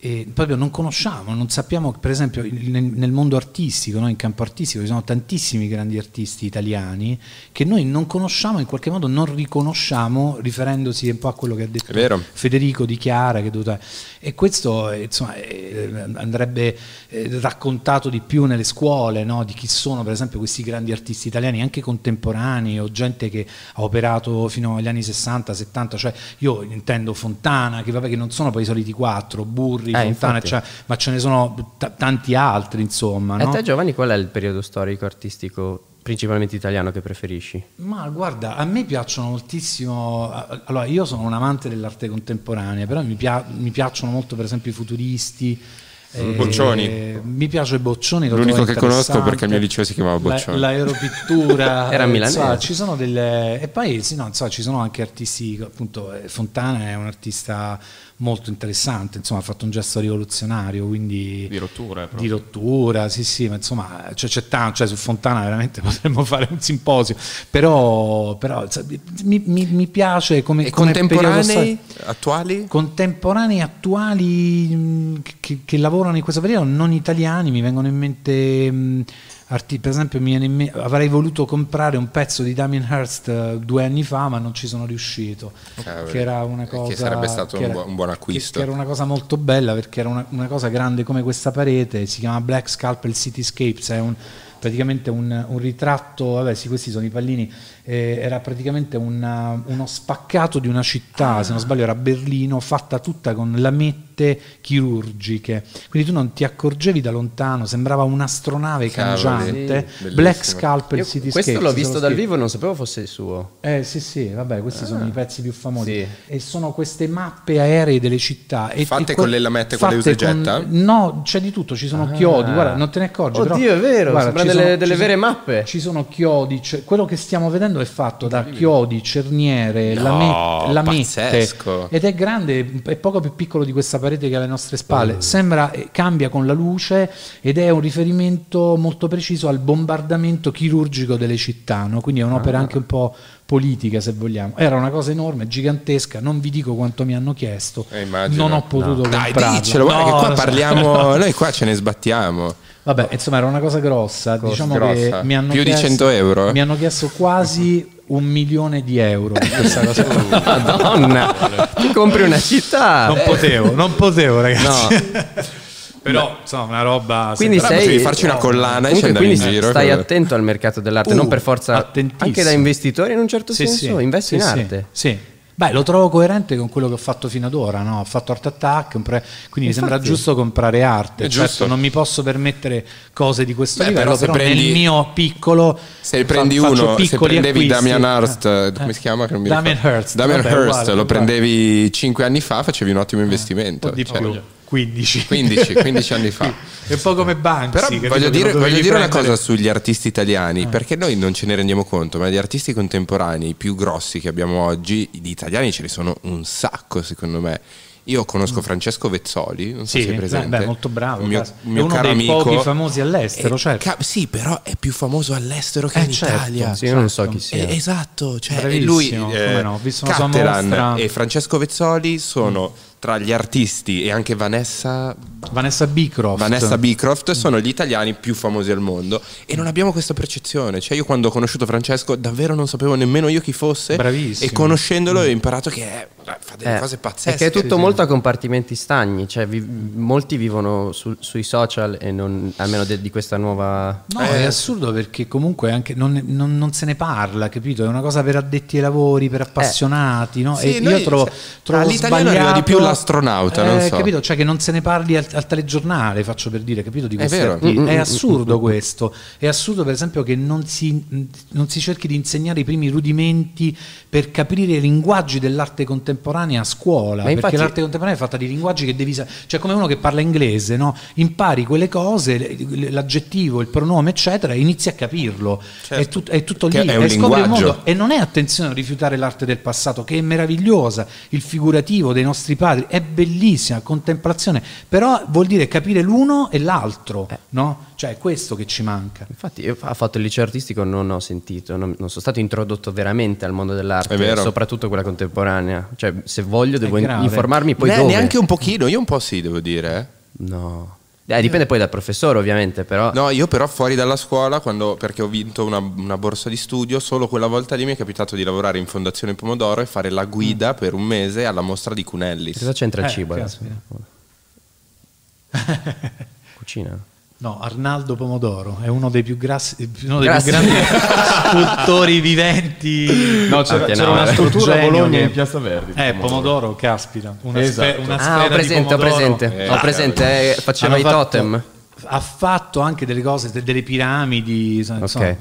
eh, proprio non conosciamo, non sappiamo, per esempio il- nel, nel mondo artistico, no? in campo artistico ci sono tantissimi grandi artisti italiani che noi non conosciamo, in qualche modo non riconosciamo, riferendosi un po' a quello che ha detto È vero. Federico Di Chiara. Che è dovuto- E questo eh, insomma, eh, andrebbe eh, raccontato di più nelle scuole, no? di chi sono per esempio questi grandi artisti italiani, anche contemporanei o gente che ha operato fino agli anni 60, 70, cioè io intendo Fontana, che vabbè che non sono poi i soliti quattro, Burri, Eh, Fontana, infatti. cioè, ma ce ne sono t- tanti altri insomma. a no? te Giovanni qual è il periodo storico artistico principalmente italiano che preferisci? Ma guarda, a me piacciono moltissimo. a- Allora, io sono un amante dell'arte contemporanea, però mi, pia- mi piacciono molto, per esempio, i futuristi. eh, Boccioni. Mi piace Boccioni. lo L'unico trovo che conosco interessante. perché il mio liceo si chiamava La- Boccioni. [laughs] l'aeropittura. Era eh, milanese. insomma, ci sono delle. E poi sì, no, insomma, ci sono anche artisti. Appunto, eh, Fontana è un artista molto interessante. Insomma, ha fatto un gesto rivoluzionario. Quindi Di Eh, rottura, proprio. di rottura, sì, sì, ma insomma cioè, c'è tanto, cioè su Fontana veramente [laughs] potremmo fare un simposio, però, però, sa- mi, mi- mi piace come, E come contemporanei, periodo storico. attuali? Contemporanei attuali mh, che, che lavorano in questo periodo, non italiani, mi vengono in mente, mh, arti- per esempio mi viene in me- avrei voluto comprare un pezzo di Damien Hirst eh, due anni fa ma non ci sono riuscito, Cavolo. che era una Che cosa... sarebbe stato un buon- un buon che- acquisto. che era una cosa molto bella perché era una, una cosa grande come questa parete, si chiama Black Scalpel Cityscapes, è un- praticamente un, un ritratto, vabbè sì questi sono i pallini, eh, era praticamente una- uno spaccato di una città, se non sbaglio era Berlino, fatta tutta con lamette chirurgiche, quindi tu non ti accorgevi da lontano, sembrava un'astronave Cavoli, cangiante, sì, Black bellissimo. Scalpel Io- Cityscapes. questo l'ho se visto lo dal scrivi. vivo e non sapevo fosse il suo. Eh sì sì, vabbè, questi Ah. sono i pezzi più famosi. Sì. E sono queste mappe aeree delle città. E, Fatte e que- con le lamette, quelle fatte usa e getta? Ah. No, c'è di tutto, ci sono chiodi, guarda, non te ne accorgi. Oddio, però- è vero, guarda, sembrano ci delle- sono- delle ci vere sono- mappe. Ci sono chiodi, c'è- quello che stiamo vedendo è fatto da chiodi, cerniere, No, lame- lamette. pazzesco. Ed è grande, è poco più piccolo di questa parete che ha alle nostre Mm. spalle. Sembra, eh, cambia con la luce ed è un riferimento molto preciso al bombardamento chirurgico delle città, no? quindi è Ah. un'opera anche un po' politica se vogliamo. Era una cosa enorme, gigantesca, non vi dico quanto mi hanno chiesto, Eh, immagino. non ho potuto Dai, comprarla. diccelo, guarda No, che qua lo so. [laughs] parliamo, noi qua ce ne sbattiamo. Vabbè, insomma, era una cosa grossa. Cosa diciamo grossa. che mi hanno Più di chiesto- 100 euro, eh? Mi hanno chiesto quasi un milione di euro. per Questa cosa. [laughs] Ah, Madonna! Ti compri una città! eh. potevo, non potevo, No. [laughs] Però, insomma, una roba... Quindi sembra- Però sei... eh, potevi farci una collana e ci Comunque, andavi quindi in giro, Stai quello- attento al mercato dell'arte, Uh, non per forza attentissimo. anche da investitore in un certo Sì, senso, sì. investi in Sì, sì. arte. Sì. Beh, lo trovo coerente con quello che ho fatto fino ad ora, no? ho fatto Art Attack, un pre- quindi mi sembra giusto comprare arte. È giusto. Certo, non mi posso permettere cose di questo Beh, livello, però, però se prendi- nel mio piccolo... Se fa- prendi faccio uno, se piccoli prendevi acquisti. Damian Hurst, Eh, come si chiama? Che non mi Damien ricordo. Hirst. Damien Vabbè, Hirst, uguale, lo uguale. prendevi 5 anni fa, facevi un ottimo investimento. Un po' di Cioè, più, 15. 15, 15 anni fa. [laughs] È un po' come Banksy. Però capito, voglio che dire, lo dovevi voglio dire una prendere. Eh. cosa sugli artisti italiani, perché noi non ce ne rendiamo conto, ma gli artisti contemporanei più grossi che abbiamo oggi, gli italiani ce ne sono un sacco, secondo me. Io conosco Francesco Vezzoli, non so Mm. Sì, se è presente. beh, beh, molto bravo, Un mio, cazzo. un mio È uno caro dei amico. pochi famosi all'estero, Eh, certo. ca- sì, però è più famoso all'estero che Eh, in certo. Italia. Sì, io non so chi sia. Eh, esatto, cioè e Bravissimo, lui come no, ho visto una sua Cattelan mostra. Mm. e Francesco Vezzoli sono tra gli artisti e anche Vanessa Vanessa Bicroft. Vanessa Beecroft sono gli italiani più famosi al mondo e non abbiamo questa percezione. Cioè, io quando ho conosciuto Francesco, davvero non sapevo nemmeno io chi fosse. Bravissimo. E conoscendolo ho imparato che eh, fa delle Eh, cose è che pazzesche. è tutto molto a compartimenti stagni, cioè vi- molti vivono su- sui social e non, almeno de- di questa nuova... No, Eh. è assurdo perché comunque anche non, non- non se ne parla, capito? È una cosa per addetti ai lavori, per appassionati, no? Eh. Sì, e noi- io trovo, cioè, trovo all'italiano sbagliato- arriva di più l'astronauta, non so. Capito? Cioè che non se ne parli al, al telegiornale, faccio per dire, capito? Di queste vero. Mm, arti- È assurdo questo. È assurdo per esempio che non si, non si cerchi di insegnare i primi rudimenti per capire i linguaggi dell'arte contemporanea a scuola. Ma perché infatti- l'arte contemporanea è fatta di linguaggi che devi... sa- Cioè come uno che parla inglese, no? Impari quelle cose, le- l'aggettivo, il pronome, eccetera, e inizi a capirlo. È, tut- è tutto lì. Certo. Che è un e scopri il linguaggio. mondo. E non è attenzione a rifiutare l'arte del passato, che è meravigliosa, il figurativo dei nostri padri, è bellissima, contemplazione, però vuol dire capire l'uno e l'altro, Eh. no? Cioè è questo che ci manca. Infatti io ho fatto il liceo artistico, non ho sentito, non, non sono stato introdotto veramente al mondo È dell'arte, vero. soprattutto quella contemporanea. Cioè se voglio devo in- grave. informarmi poi Ne- dove. Neanche un pochino, io un po' sì, devo dire. eh. No. Eh, dipende poi dal professore ovviamente, però... No, io però fuori dalla scuola, quando- perché ho vinto una, una borsa di studio, solo quella volta lì mi è capitato di lavorare in Fondazione Pomodoro e fare la guida per un mese alla mostra di Cunellis. Cosa c'entra il Eh, cibo adesso? caspita. [laughs] Cucina. No, Arnaldo Pomodoro è uno dei più, grassi, uno dei Grassi. più grandi scultori viventi. No, c'era, Anche c'era no, una eh. struttura a Genio Bologna che- in Piazza Verdi. Eh, Pomodoro, caspita. Una, spe- Esatto. una Ah, ho sfera di presente, ho pomodoro. presente. Eh, ho presente, eh, faceva Hanno i fatto- totem. Ha fatto anche delle cose, de- delle piramidi, insomma, insomma, eh,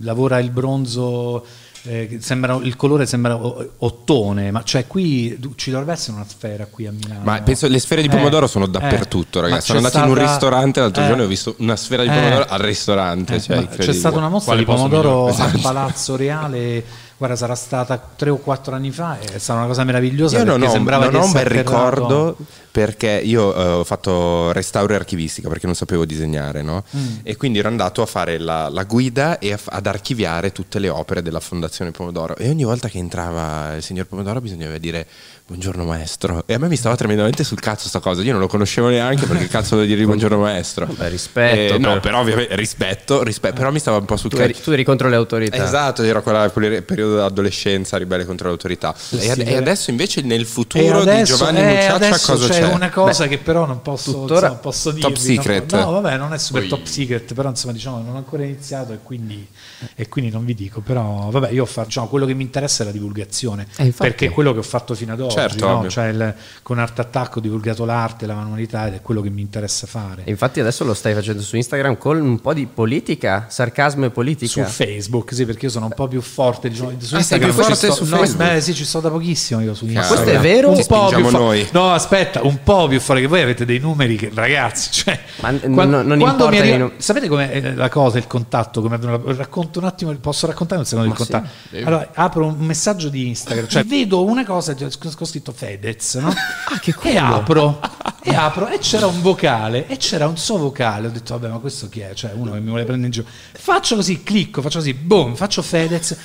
lavora il bronzo, eh, che sembra- il colore sembra o- ottone, ma cioè qui du- ci dovrebbe essere una sfera qui a Milano. Ma penso le sfere di Eh, pomodoro sono eh, dappertutto, ma ragazzi. c'è Sono andato in un stata- ristorante l'altro eh, giorno e ho visto una sfera di eh, pomodoro al ristorante. eh, cioè, ma c'è incredibile. stata una mostra Quale di posto pomodoro migliore? Esatto. a Palazzo Reale, guarda, sarà stata tre o quattro anni fa, è stata una cosa meravigliosa. Io non perché ho, sembrava non di ho un bel essere atterrato. ricordo perché io eh, ho fatto restauro e archivistica perché non sapevo disegnare, no? Mm. E quindi ero andato a fare la, la guida e a f- ad archiviare tutte le opere della Fondazione Pomodoro. E ogni volta che entrava il signor Pomodoro bisognava dire buongiorno maestro. E a me mi stava tremendamente sul cazzo sta cosa. Io non lo conoscevo neanche perché cazzo devo [laughs] dirgli buongiorno maestro. Vabbè, rispetto, Eh, no, però. però ovviamente rispetto, rispetto, però mi stava un po' sul Tu eri, cazzo. tu eri contro le autorità. Esatto, era quella- quel periodo dell'adolescenza ribelle contro l'autorità. e, ad- sì, e eh. adesso invece nel E futuro di adesso, Giovanni eh, Mucciaccia adesso cosa c'è, c'è? una cosa che però non posso, tuttora insomma, posso dirvi, top secret. No, no, vabbè, non è super top secret, però insomma diciamo non ho ancora iniziato e quindi, e quindi non vi dico, però vabbè io faccio quello che mi interessa è la divulgazione, Eh, infatti. perché è quello che ho fatto fino ad oggi, Certo, no? ovvio. Cioè, il- con Art Attack ho divulgato l'arte, la manualità ed è quello che mi interessa fare. E infatti adesso lo stai facendo su Instagram con un po' di politica, sarcasmo e su politica. Facebook, sì, perché io sono un po' più forte. Diciamo, su Ah, sei più Instagram ci forte sto- su no, Facebook? Beh, sì, ci sto da pochissimo io su Instagram. questo è vero? Un Ci po' più spingiamo fo- noi. No, aspetta, un po' più forte che voi avete dei numeri che ragazzi, cioè, Ma n- qua- no- non quando mi importa arriva- i nu- Sapete com'è eh, la cosa, il contatto, come racconto un attimo, posso raccontare un secondo il Ma sì, contatto? allora, apro un messaggio di Instagram, cioè vedo una cosa cioè, sc- ho scritto Fedez, [laughs] no? Ah, E apro e apro e c'era un vocale e c'era un suo vocale, ho detto vabbè, ma questo chi è? Cioè, uno che mi vuole prendere in giro. Faccio così, clicco, faccio così, boom, faccio Fedez.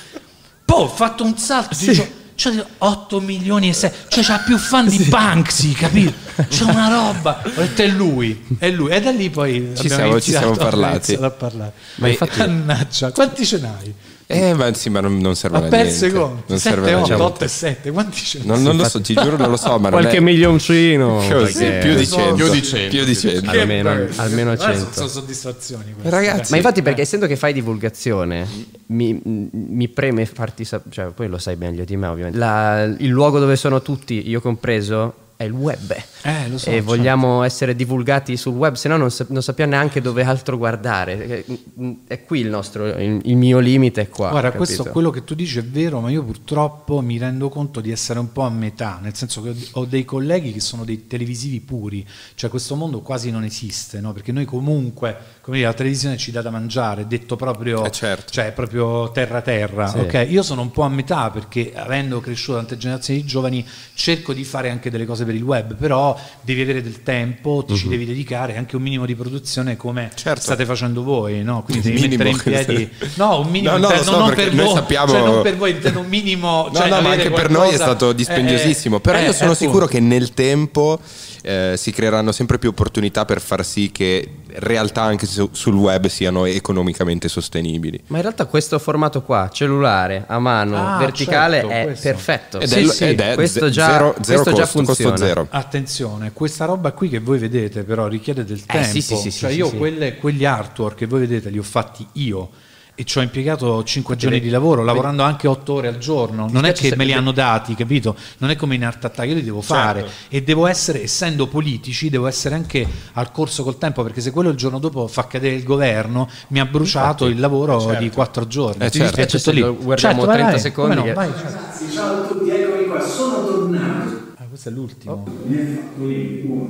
Poi ho fatto un salto, dico, cioè 8 milioni e 6, cioè c'ha più fan di [laughs] Banksy, capito? C'è una roba. Ho detto è lui, è lui. E da lì poi abbiamo siamo- ci iniziato- siamo parlati. abbiamo iniziato a parlare. Ma infatti- Mannaggia, quanti ce n'hai? Eh, ma sì, ma non, non serve Ha a perso niente. i conti. Non 7, serve a 8, niente. 8 e 7. Quanti ce ne Non, non lo so, ti giuro, non lo so, ma non Qualche è... milioncino. Così, perché- più di 100. Più di cento. Più di cento. Almeno, almeno a Guarda, 100. Sono soddisfazioni queste. Ragazzi, Ma infatti, perché essendo che fai divulgazione, mi, mi preme farti sapere, cioè, poi lo sai meglio di me, ovviamente. La- il luogo dove sono tutti, io compreso, è il web. Eh, lo so, e certo. vogliamo essere divulgati sul web, se no non, sa- non sappiamo neanche dove altro guardare. È, è qui il nostro, il, il mio limite è qua. Guarda, capito? questo quello che tu dici è vero, ma io purtroppo mi rendo conto di essere un po' a metà, nel senso che ho ho dei colleghi che sono dei televisivi puri, cioè questo mondo quasi non esiste, no? perché noi comunque, come dire, la televisione ci dà da mangiare, detto proprio, Eh, certo. cioè, proprio terra terra. Sì. ok? Io sono un po' a metà perché avendo cresciuto tante generazioni di giovani cerco di fare anche delle cose per il web, però devi avere del tempo, ti ci devi dedicare anche un minimo di produzione come Mhm. Certo. state facendo voi, no? quindi devi Minimo, mettere in piedi... questo. No, un minimo, No, no, lo interno, so, non perché per noi voi, sappiamo- cioè non per voi, intendo un minimo... No, cioè no, ma avere anche per qualcosa- noi è stato dispendiosissimo. Eh, eh, però io eh, sono eh, sicuro appunto. che nel tempo eh, si creeranno sempre più opportunità per far sì che realtà anche su- sul web siano economicamente sostenibili. Ma in realtà questo formato qua, cellulare, a mano, Ah, verticale, certo, è questo. perfetto. Ed è, ed è questo ze- già, zero, questo zero già costo, costo funziona. Ah, zero. Attenzione, questa roba qui che voi vedete però richiede del tempo. Eh, sì, sì, sì, sì, cioè sì, io sì. quelle- quegli artwork che voi vedete li ho fatti io e ci ho impiegato 5 giorni di lavoro, lavorando anche 8 ore al giorno. Non è piace che se- me li hanno dati, capito? Non è come in Art Attack, io li devo fare Certo. e devo essere, essendo politici, devo essere anche al corso col tempo, perché se quello il giorno dopo fa cadere il governo, mi ha bruciato il lavoro di 4 giorni. Eh, certo. È tutto Se lì. lo guardiamo vai, 30 vai, secondi eh. che- come no, vai. Ah, questo è l'ultimo. Oh.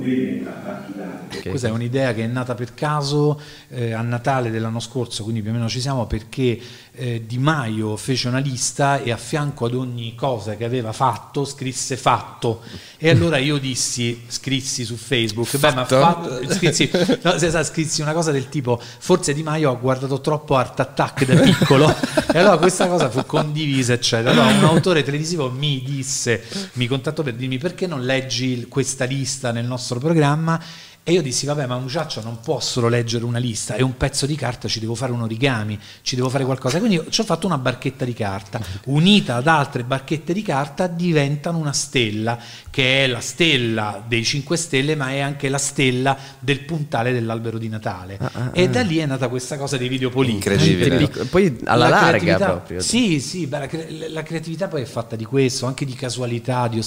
Questa è un'idea che è nata per caso eh, a Natale dell'anno scorso, quindi più o meno ci siamo, perché eh, Di Maio fece una lista e a fianco ad ogni cosa che aveva fatto scrisse fatto. E allora io dissi, scrissi su Facebook, beh, ma Fatto? fatto, scrissi, no, se sa, scrissi una cosa del tipo, forse Di Maio ha guardato troppo Art Attack da piccolo. e allora questa cosa fu condivisa, eccetera. Allora un autore televisivo mi disse, mi contattò per dirmi perché non leggi il- questa lista nel nostro programma e io dissi, vabbè, ma un giaccio non può solo leggere una lista, è un pezzo di carta, ci devo fare un origami, ci devo fare qualcosa. Quindi io- ci ho fatto una barchetta di carta, unita ad altre barchette di carta diventano una stella, che è la stella dei 5 Stelle, ma è anche la stella del puntale dell'albero di Natale. Ah, e da lì è nata questa cosa dei video politici. Incredibile. Picco- Poi alla La larga creatività- proprio. Sì, sì, beh, la, cre- la creatività poi è fatta di questo, anche di casualità, di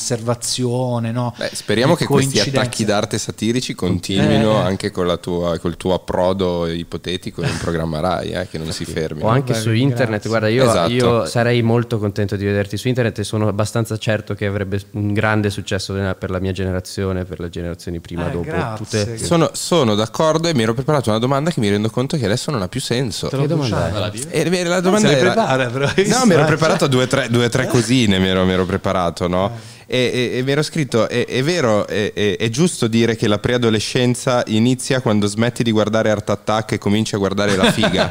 osservazione. no? Beh, speriamo Di che questi coincidenze. attacchi d'arte satirici continuino Eh, eh. anche con la tua- col tuo approdo ipotetico in un programma Rai, eh, che non si fermi. O anche Vabbè, su vi internet, ringrazio. guarda, io, Esatto. io sarei molto contento di vederti su internet e sono abbastanza certo che avrebbe un grande successo nella- per la mia generazione, per le generazioni prima, Eh, dopo. grazie. Che Sono, sono d'accordo e mi ero preparato una domanda che mi rendo conto che adesso non ha più senso. Te l'ho bruciato. E beh, la domanda se le era- prepara, però, No, visto, mi ero eh. preparato due o tre, due, tre cosine, mi ero, mi ero preparato, no? E, e- e mi ero scritto, è, è vero, è, è- è giusto dire che la preadolescenza inizia quando smetti di guardare Art Attack e cominci a guardare la figa.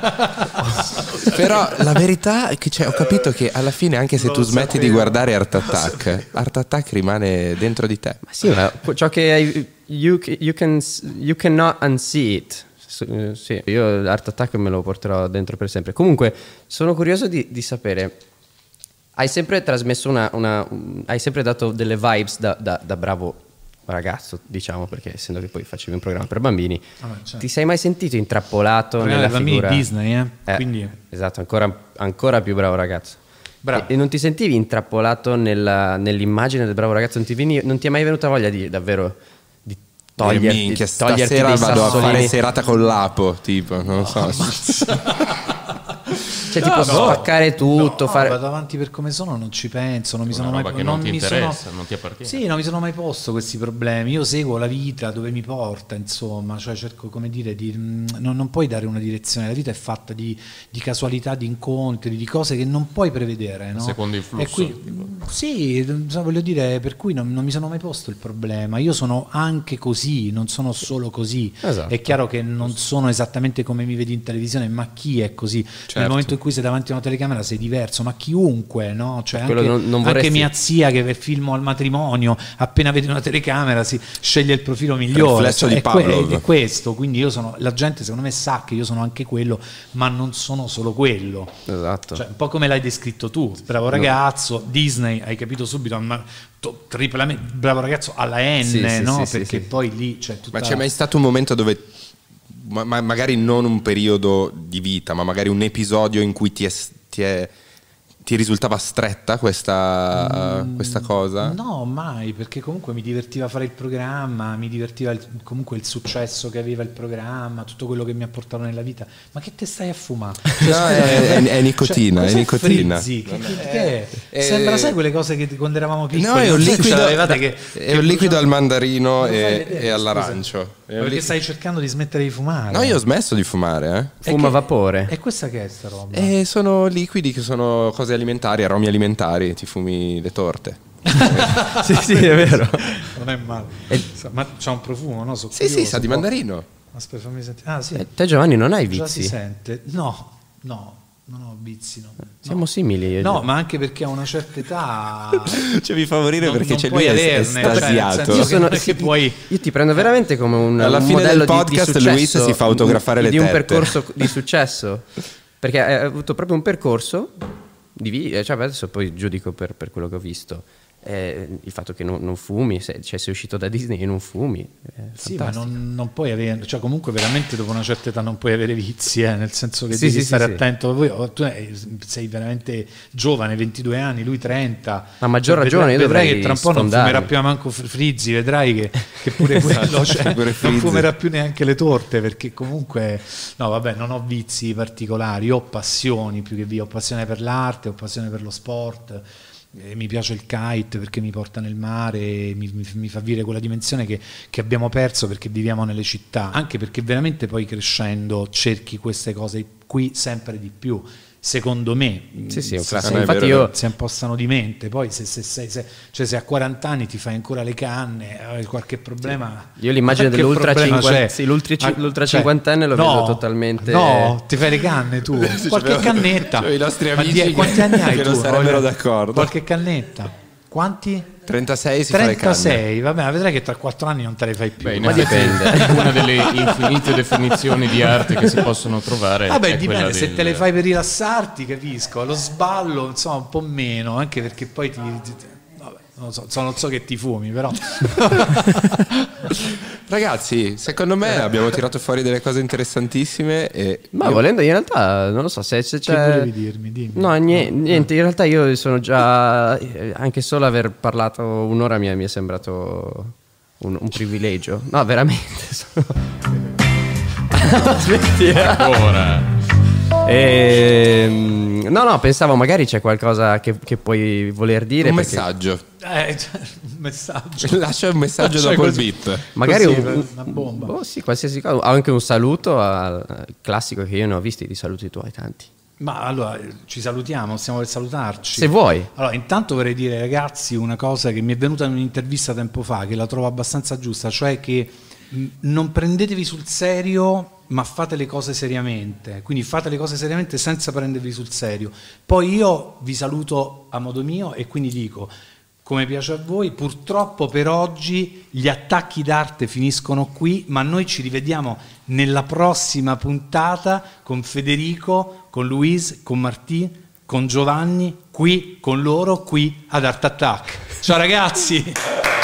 [laughs] Però la verità è che cioè, ho capito che alla fine anche se tu smetti di guardare Art Attack, Art Attack rimane dentro di te. Sì, ma ciò che hai- you, you can, you cannot unsee it. S- eh, Sì, io l'Art Attack me lo porterò dentro per sempre. Comunque, sono curioso di, di sapere. Hai sempre trasmesso una, una- un- Hai sempre dato delle vibes da, da- da bravo ragazzo, diciamo, perché essendo che poi facevi un programma per bambini, beh, certo. ti sei mai sentito intrappolato Magari nella bambini figura Disney, eh? Quindi- Esatto, ancora, ancora più bravo ragazzo. Bravo. E, e non ti sentivi intrappolato nella- nell'immagine del bravo ragazzo? Non ti, veni- non ti è mai venuta voglia di davvero di toglierti, Eh, Minchia, toglierti stasera dei vado a fare sassolini? serata con l'apo, tipo, non [laughs] lo so. esatto. Cioè, tipo spaccare tutto, No, fare... vado avanti per come sono, non ci penso, non mi sono mai roba che non ti mi interessa, non ti appartiene. Sì, non mi sono mai posto questi problemi. Io seguo la vita dove mi porta, insomma, cioè cerco come dire di mm, non, non puoi dare una direzione, la vita è fatta di, di casualità, di incontri, di cose che non puoi prevedere, no? Secondo il flusso, E qui- sì, insomma, voglio dire, per cui non, non mi sono mai posto il problema. Io sono anche così, non sono solo così. Esatto. È chiaro che non sono esattamente come mi vedi in televisione, ma chi è così? nel Certo. momento in cui sei davanti a una telecamera sei diverso, ma chiunque, no? Cioè, anche, quello non- non vorresti- anche mia zia che filmo al matrimonio, appena vede una telecamera si sceglie il profilo migliore. Riflesso Cioè, di è, que- Pavlov. è questo, quindi io sono, la gente secondo me sa che io sono anche quello, ma non sono solo quello. Esatto. Cioè, un po' come l'hai descritto tu, bravo ragazzo, Disney, hai capito subito, ma, to- triplamente, bravo ragazzo alla N, Sì, sì, no? sì, sì, Perché sì. poi lì c'è tutta Ma c'è mai stato un momento dove, ma- ma- magari non un periodo di vita, ma magari un episodio in cui ti, è, ti, è- ti risultava stretta questa, Mm. questa cosa? No, mai, perché comunque mi divertiva fare il programma, mi divertiva il- comunque il successo che aveva il programma, tutto quello che mi ha portato nella vita. Ma che te stai [laughs] a fumare? Cioè, No, scusa, è- è- è cioè, nicotina, è cos'è nicotina. Frizzy? Che- che- che è? Eh, Sembra, eh, sai quelle cose che quando eravamo piccoli? No, è un non so se ce liquido, l'avevate cioè, che- è che un liquido bruciava- al mandarino Non lo fai e, vedere, e scusa. all'arancio. È un Perché liquido- stai cercando di smettere di fumare? No, io ho smesso di fumare, eh. E Fuma che- vapore. [laughs] E questa che è sta roba? E sono liquidi che sono cose alimentari, aromi alimentari, ti fumi le torte. sì, sì, è vero. [laughs] Non è male. Sa- Ma c'ha un profumo, no? Sono Sì, sì, curioso, sa di un po'. mandarino. Aspetta, fammi sentire. Ah, sì. Te Giovanni non hai Già si Eh, vizi. sente. No, no, non ho vizi. No. Siamo simili. Eh, io e No, te. ma anche perché a una [laughs] certa età. Cioè, mi fa morire Non- perché non c'è puoi lui è averne, cioè, nel estasiato. senso- Io, [laughs] sono- perché sì, puoi- io ti prendo veramente come un, Alla un fine del modello di- podcast di, successo, Luis si fa autografare di le un tette. [laughs] percorso di successo perché hai avuto proprio un percorso di vita cioè, beh, adesso poi giudico per, per quello che ho visto Eh, il fatto che non, non fumi se- cioè sei uscito da Disney e non fumi è Sì, ma fantastico. non, non puoi avere, cioè comunque veramente dopo una certa età non puoi avere vizi, eh, nel senso che Sì, devi sì, stare sì, sì. attento. Voi- o tu eh, sei veramente giovane, 22 anni, lui 30. A maggior Vedrai- ragione io vedrai dovrei che tra un po' non sfondare. Esatto, fumerà più manco fr- Frizzi, vedrai che, che [laughs] pure quello, cioè, pure non Frizzi. fumerà più neanche le torte perché comunque, no vabbè, non ho vizi particolari, ho passioni più che vi, ho passione per l'arte, ho passione per lo sport. Eh, mi piace il kite perché mi porta nel mare, mi, mi- mi fa vivere quella dimensione che, che abbiamo perso perché viviamo nelle città, anche perché veramente poi crescendo cerchi queste cose qui sempre di più. Secondo me, Sì, sì, è un Se- classico. se- Infatti vero, io si impostano di mente. Poi se, se, sei- se- cioè se a 40 anni ti fai ancora le canne, hai qualche problema. Io l'immagine Qualche dell'ultra problema cinquan- c'è. sì, l'ultra ci- Ah, l'ultra cioè, cinquantenne lo no, vedo totalmente- No, ti fai le [laughs] canne tu. Qualche abbiamo- cannetta. cioè, i nostri Ma amici di- quanti [laughs] anni hai che tu? non sarebbero Voglio- d'accordo. Qualche cannetta. Quanti? 36 si fa le canne. 36, vabbè, vedrai che tra 4 anni non te le fai più. Beh, in Ma effetti, dipende. [laughs] una delle infinite [laughs] definizioni di arte che si possono trovare. Vabbè, è quella Ah, dipende, se del- te le fai per rilassarti, capisco. Allo sballo, insomma, un po' meno, anche perché poi ti. ti- ti- vabbè, non, lo so, so- non so che ti [laughs] fumi, però. Ragazzi, secondo me abbiamo tirato fuori delle cose interessantissime e ma volendo in realtà non lo so se, se Che c'è volevi dirmi? Dimmi. No, nie- niente, in realtà io sono già, eh, anche solo aver parlato un'ora mi è, mi è sembrato un, un privilegio. No, veramente. [laughs] Sono... Smetti, eh. Ora. Ehm, no, no, pensavo magari c'è qualcosa che, che puoi voler dire. un perché messaggio. Eh, cioè, un messaggio. Lascia un messaggio Cioè, dopo il così. beat. Magari Così, un, una bomba. boh, sì, qualsiasi cosa. Anche un saluto al- al classico che io ne ho visti di saluti tuoi tanti. Ma allora eh, ci salutiamo, stiamo per salutarci. Se vuoi. Allora, intanto vorrei dire, ragazzi, una cosa che mi è venuta in un'intervista tempo fa, che la trovo abbastanza giusta, cioè che mh, non prendetevi sul serio, ma fate le cose seriamente. Quindi fate le cose seriamente senza prendervi sul serio. Poi io vi saluto a modo mio e quindi dico. Come piace a voi, purtroppo per oggi gli attacchi d'arte finiscono qui, ma noi ci rivediamo nella prossima puntata con Federico, con Luis, con Martì, con Giovanni, qui con loro, qui ad Art Attack. Ciao ragazzi!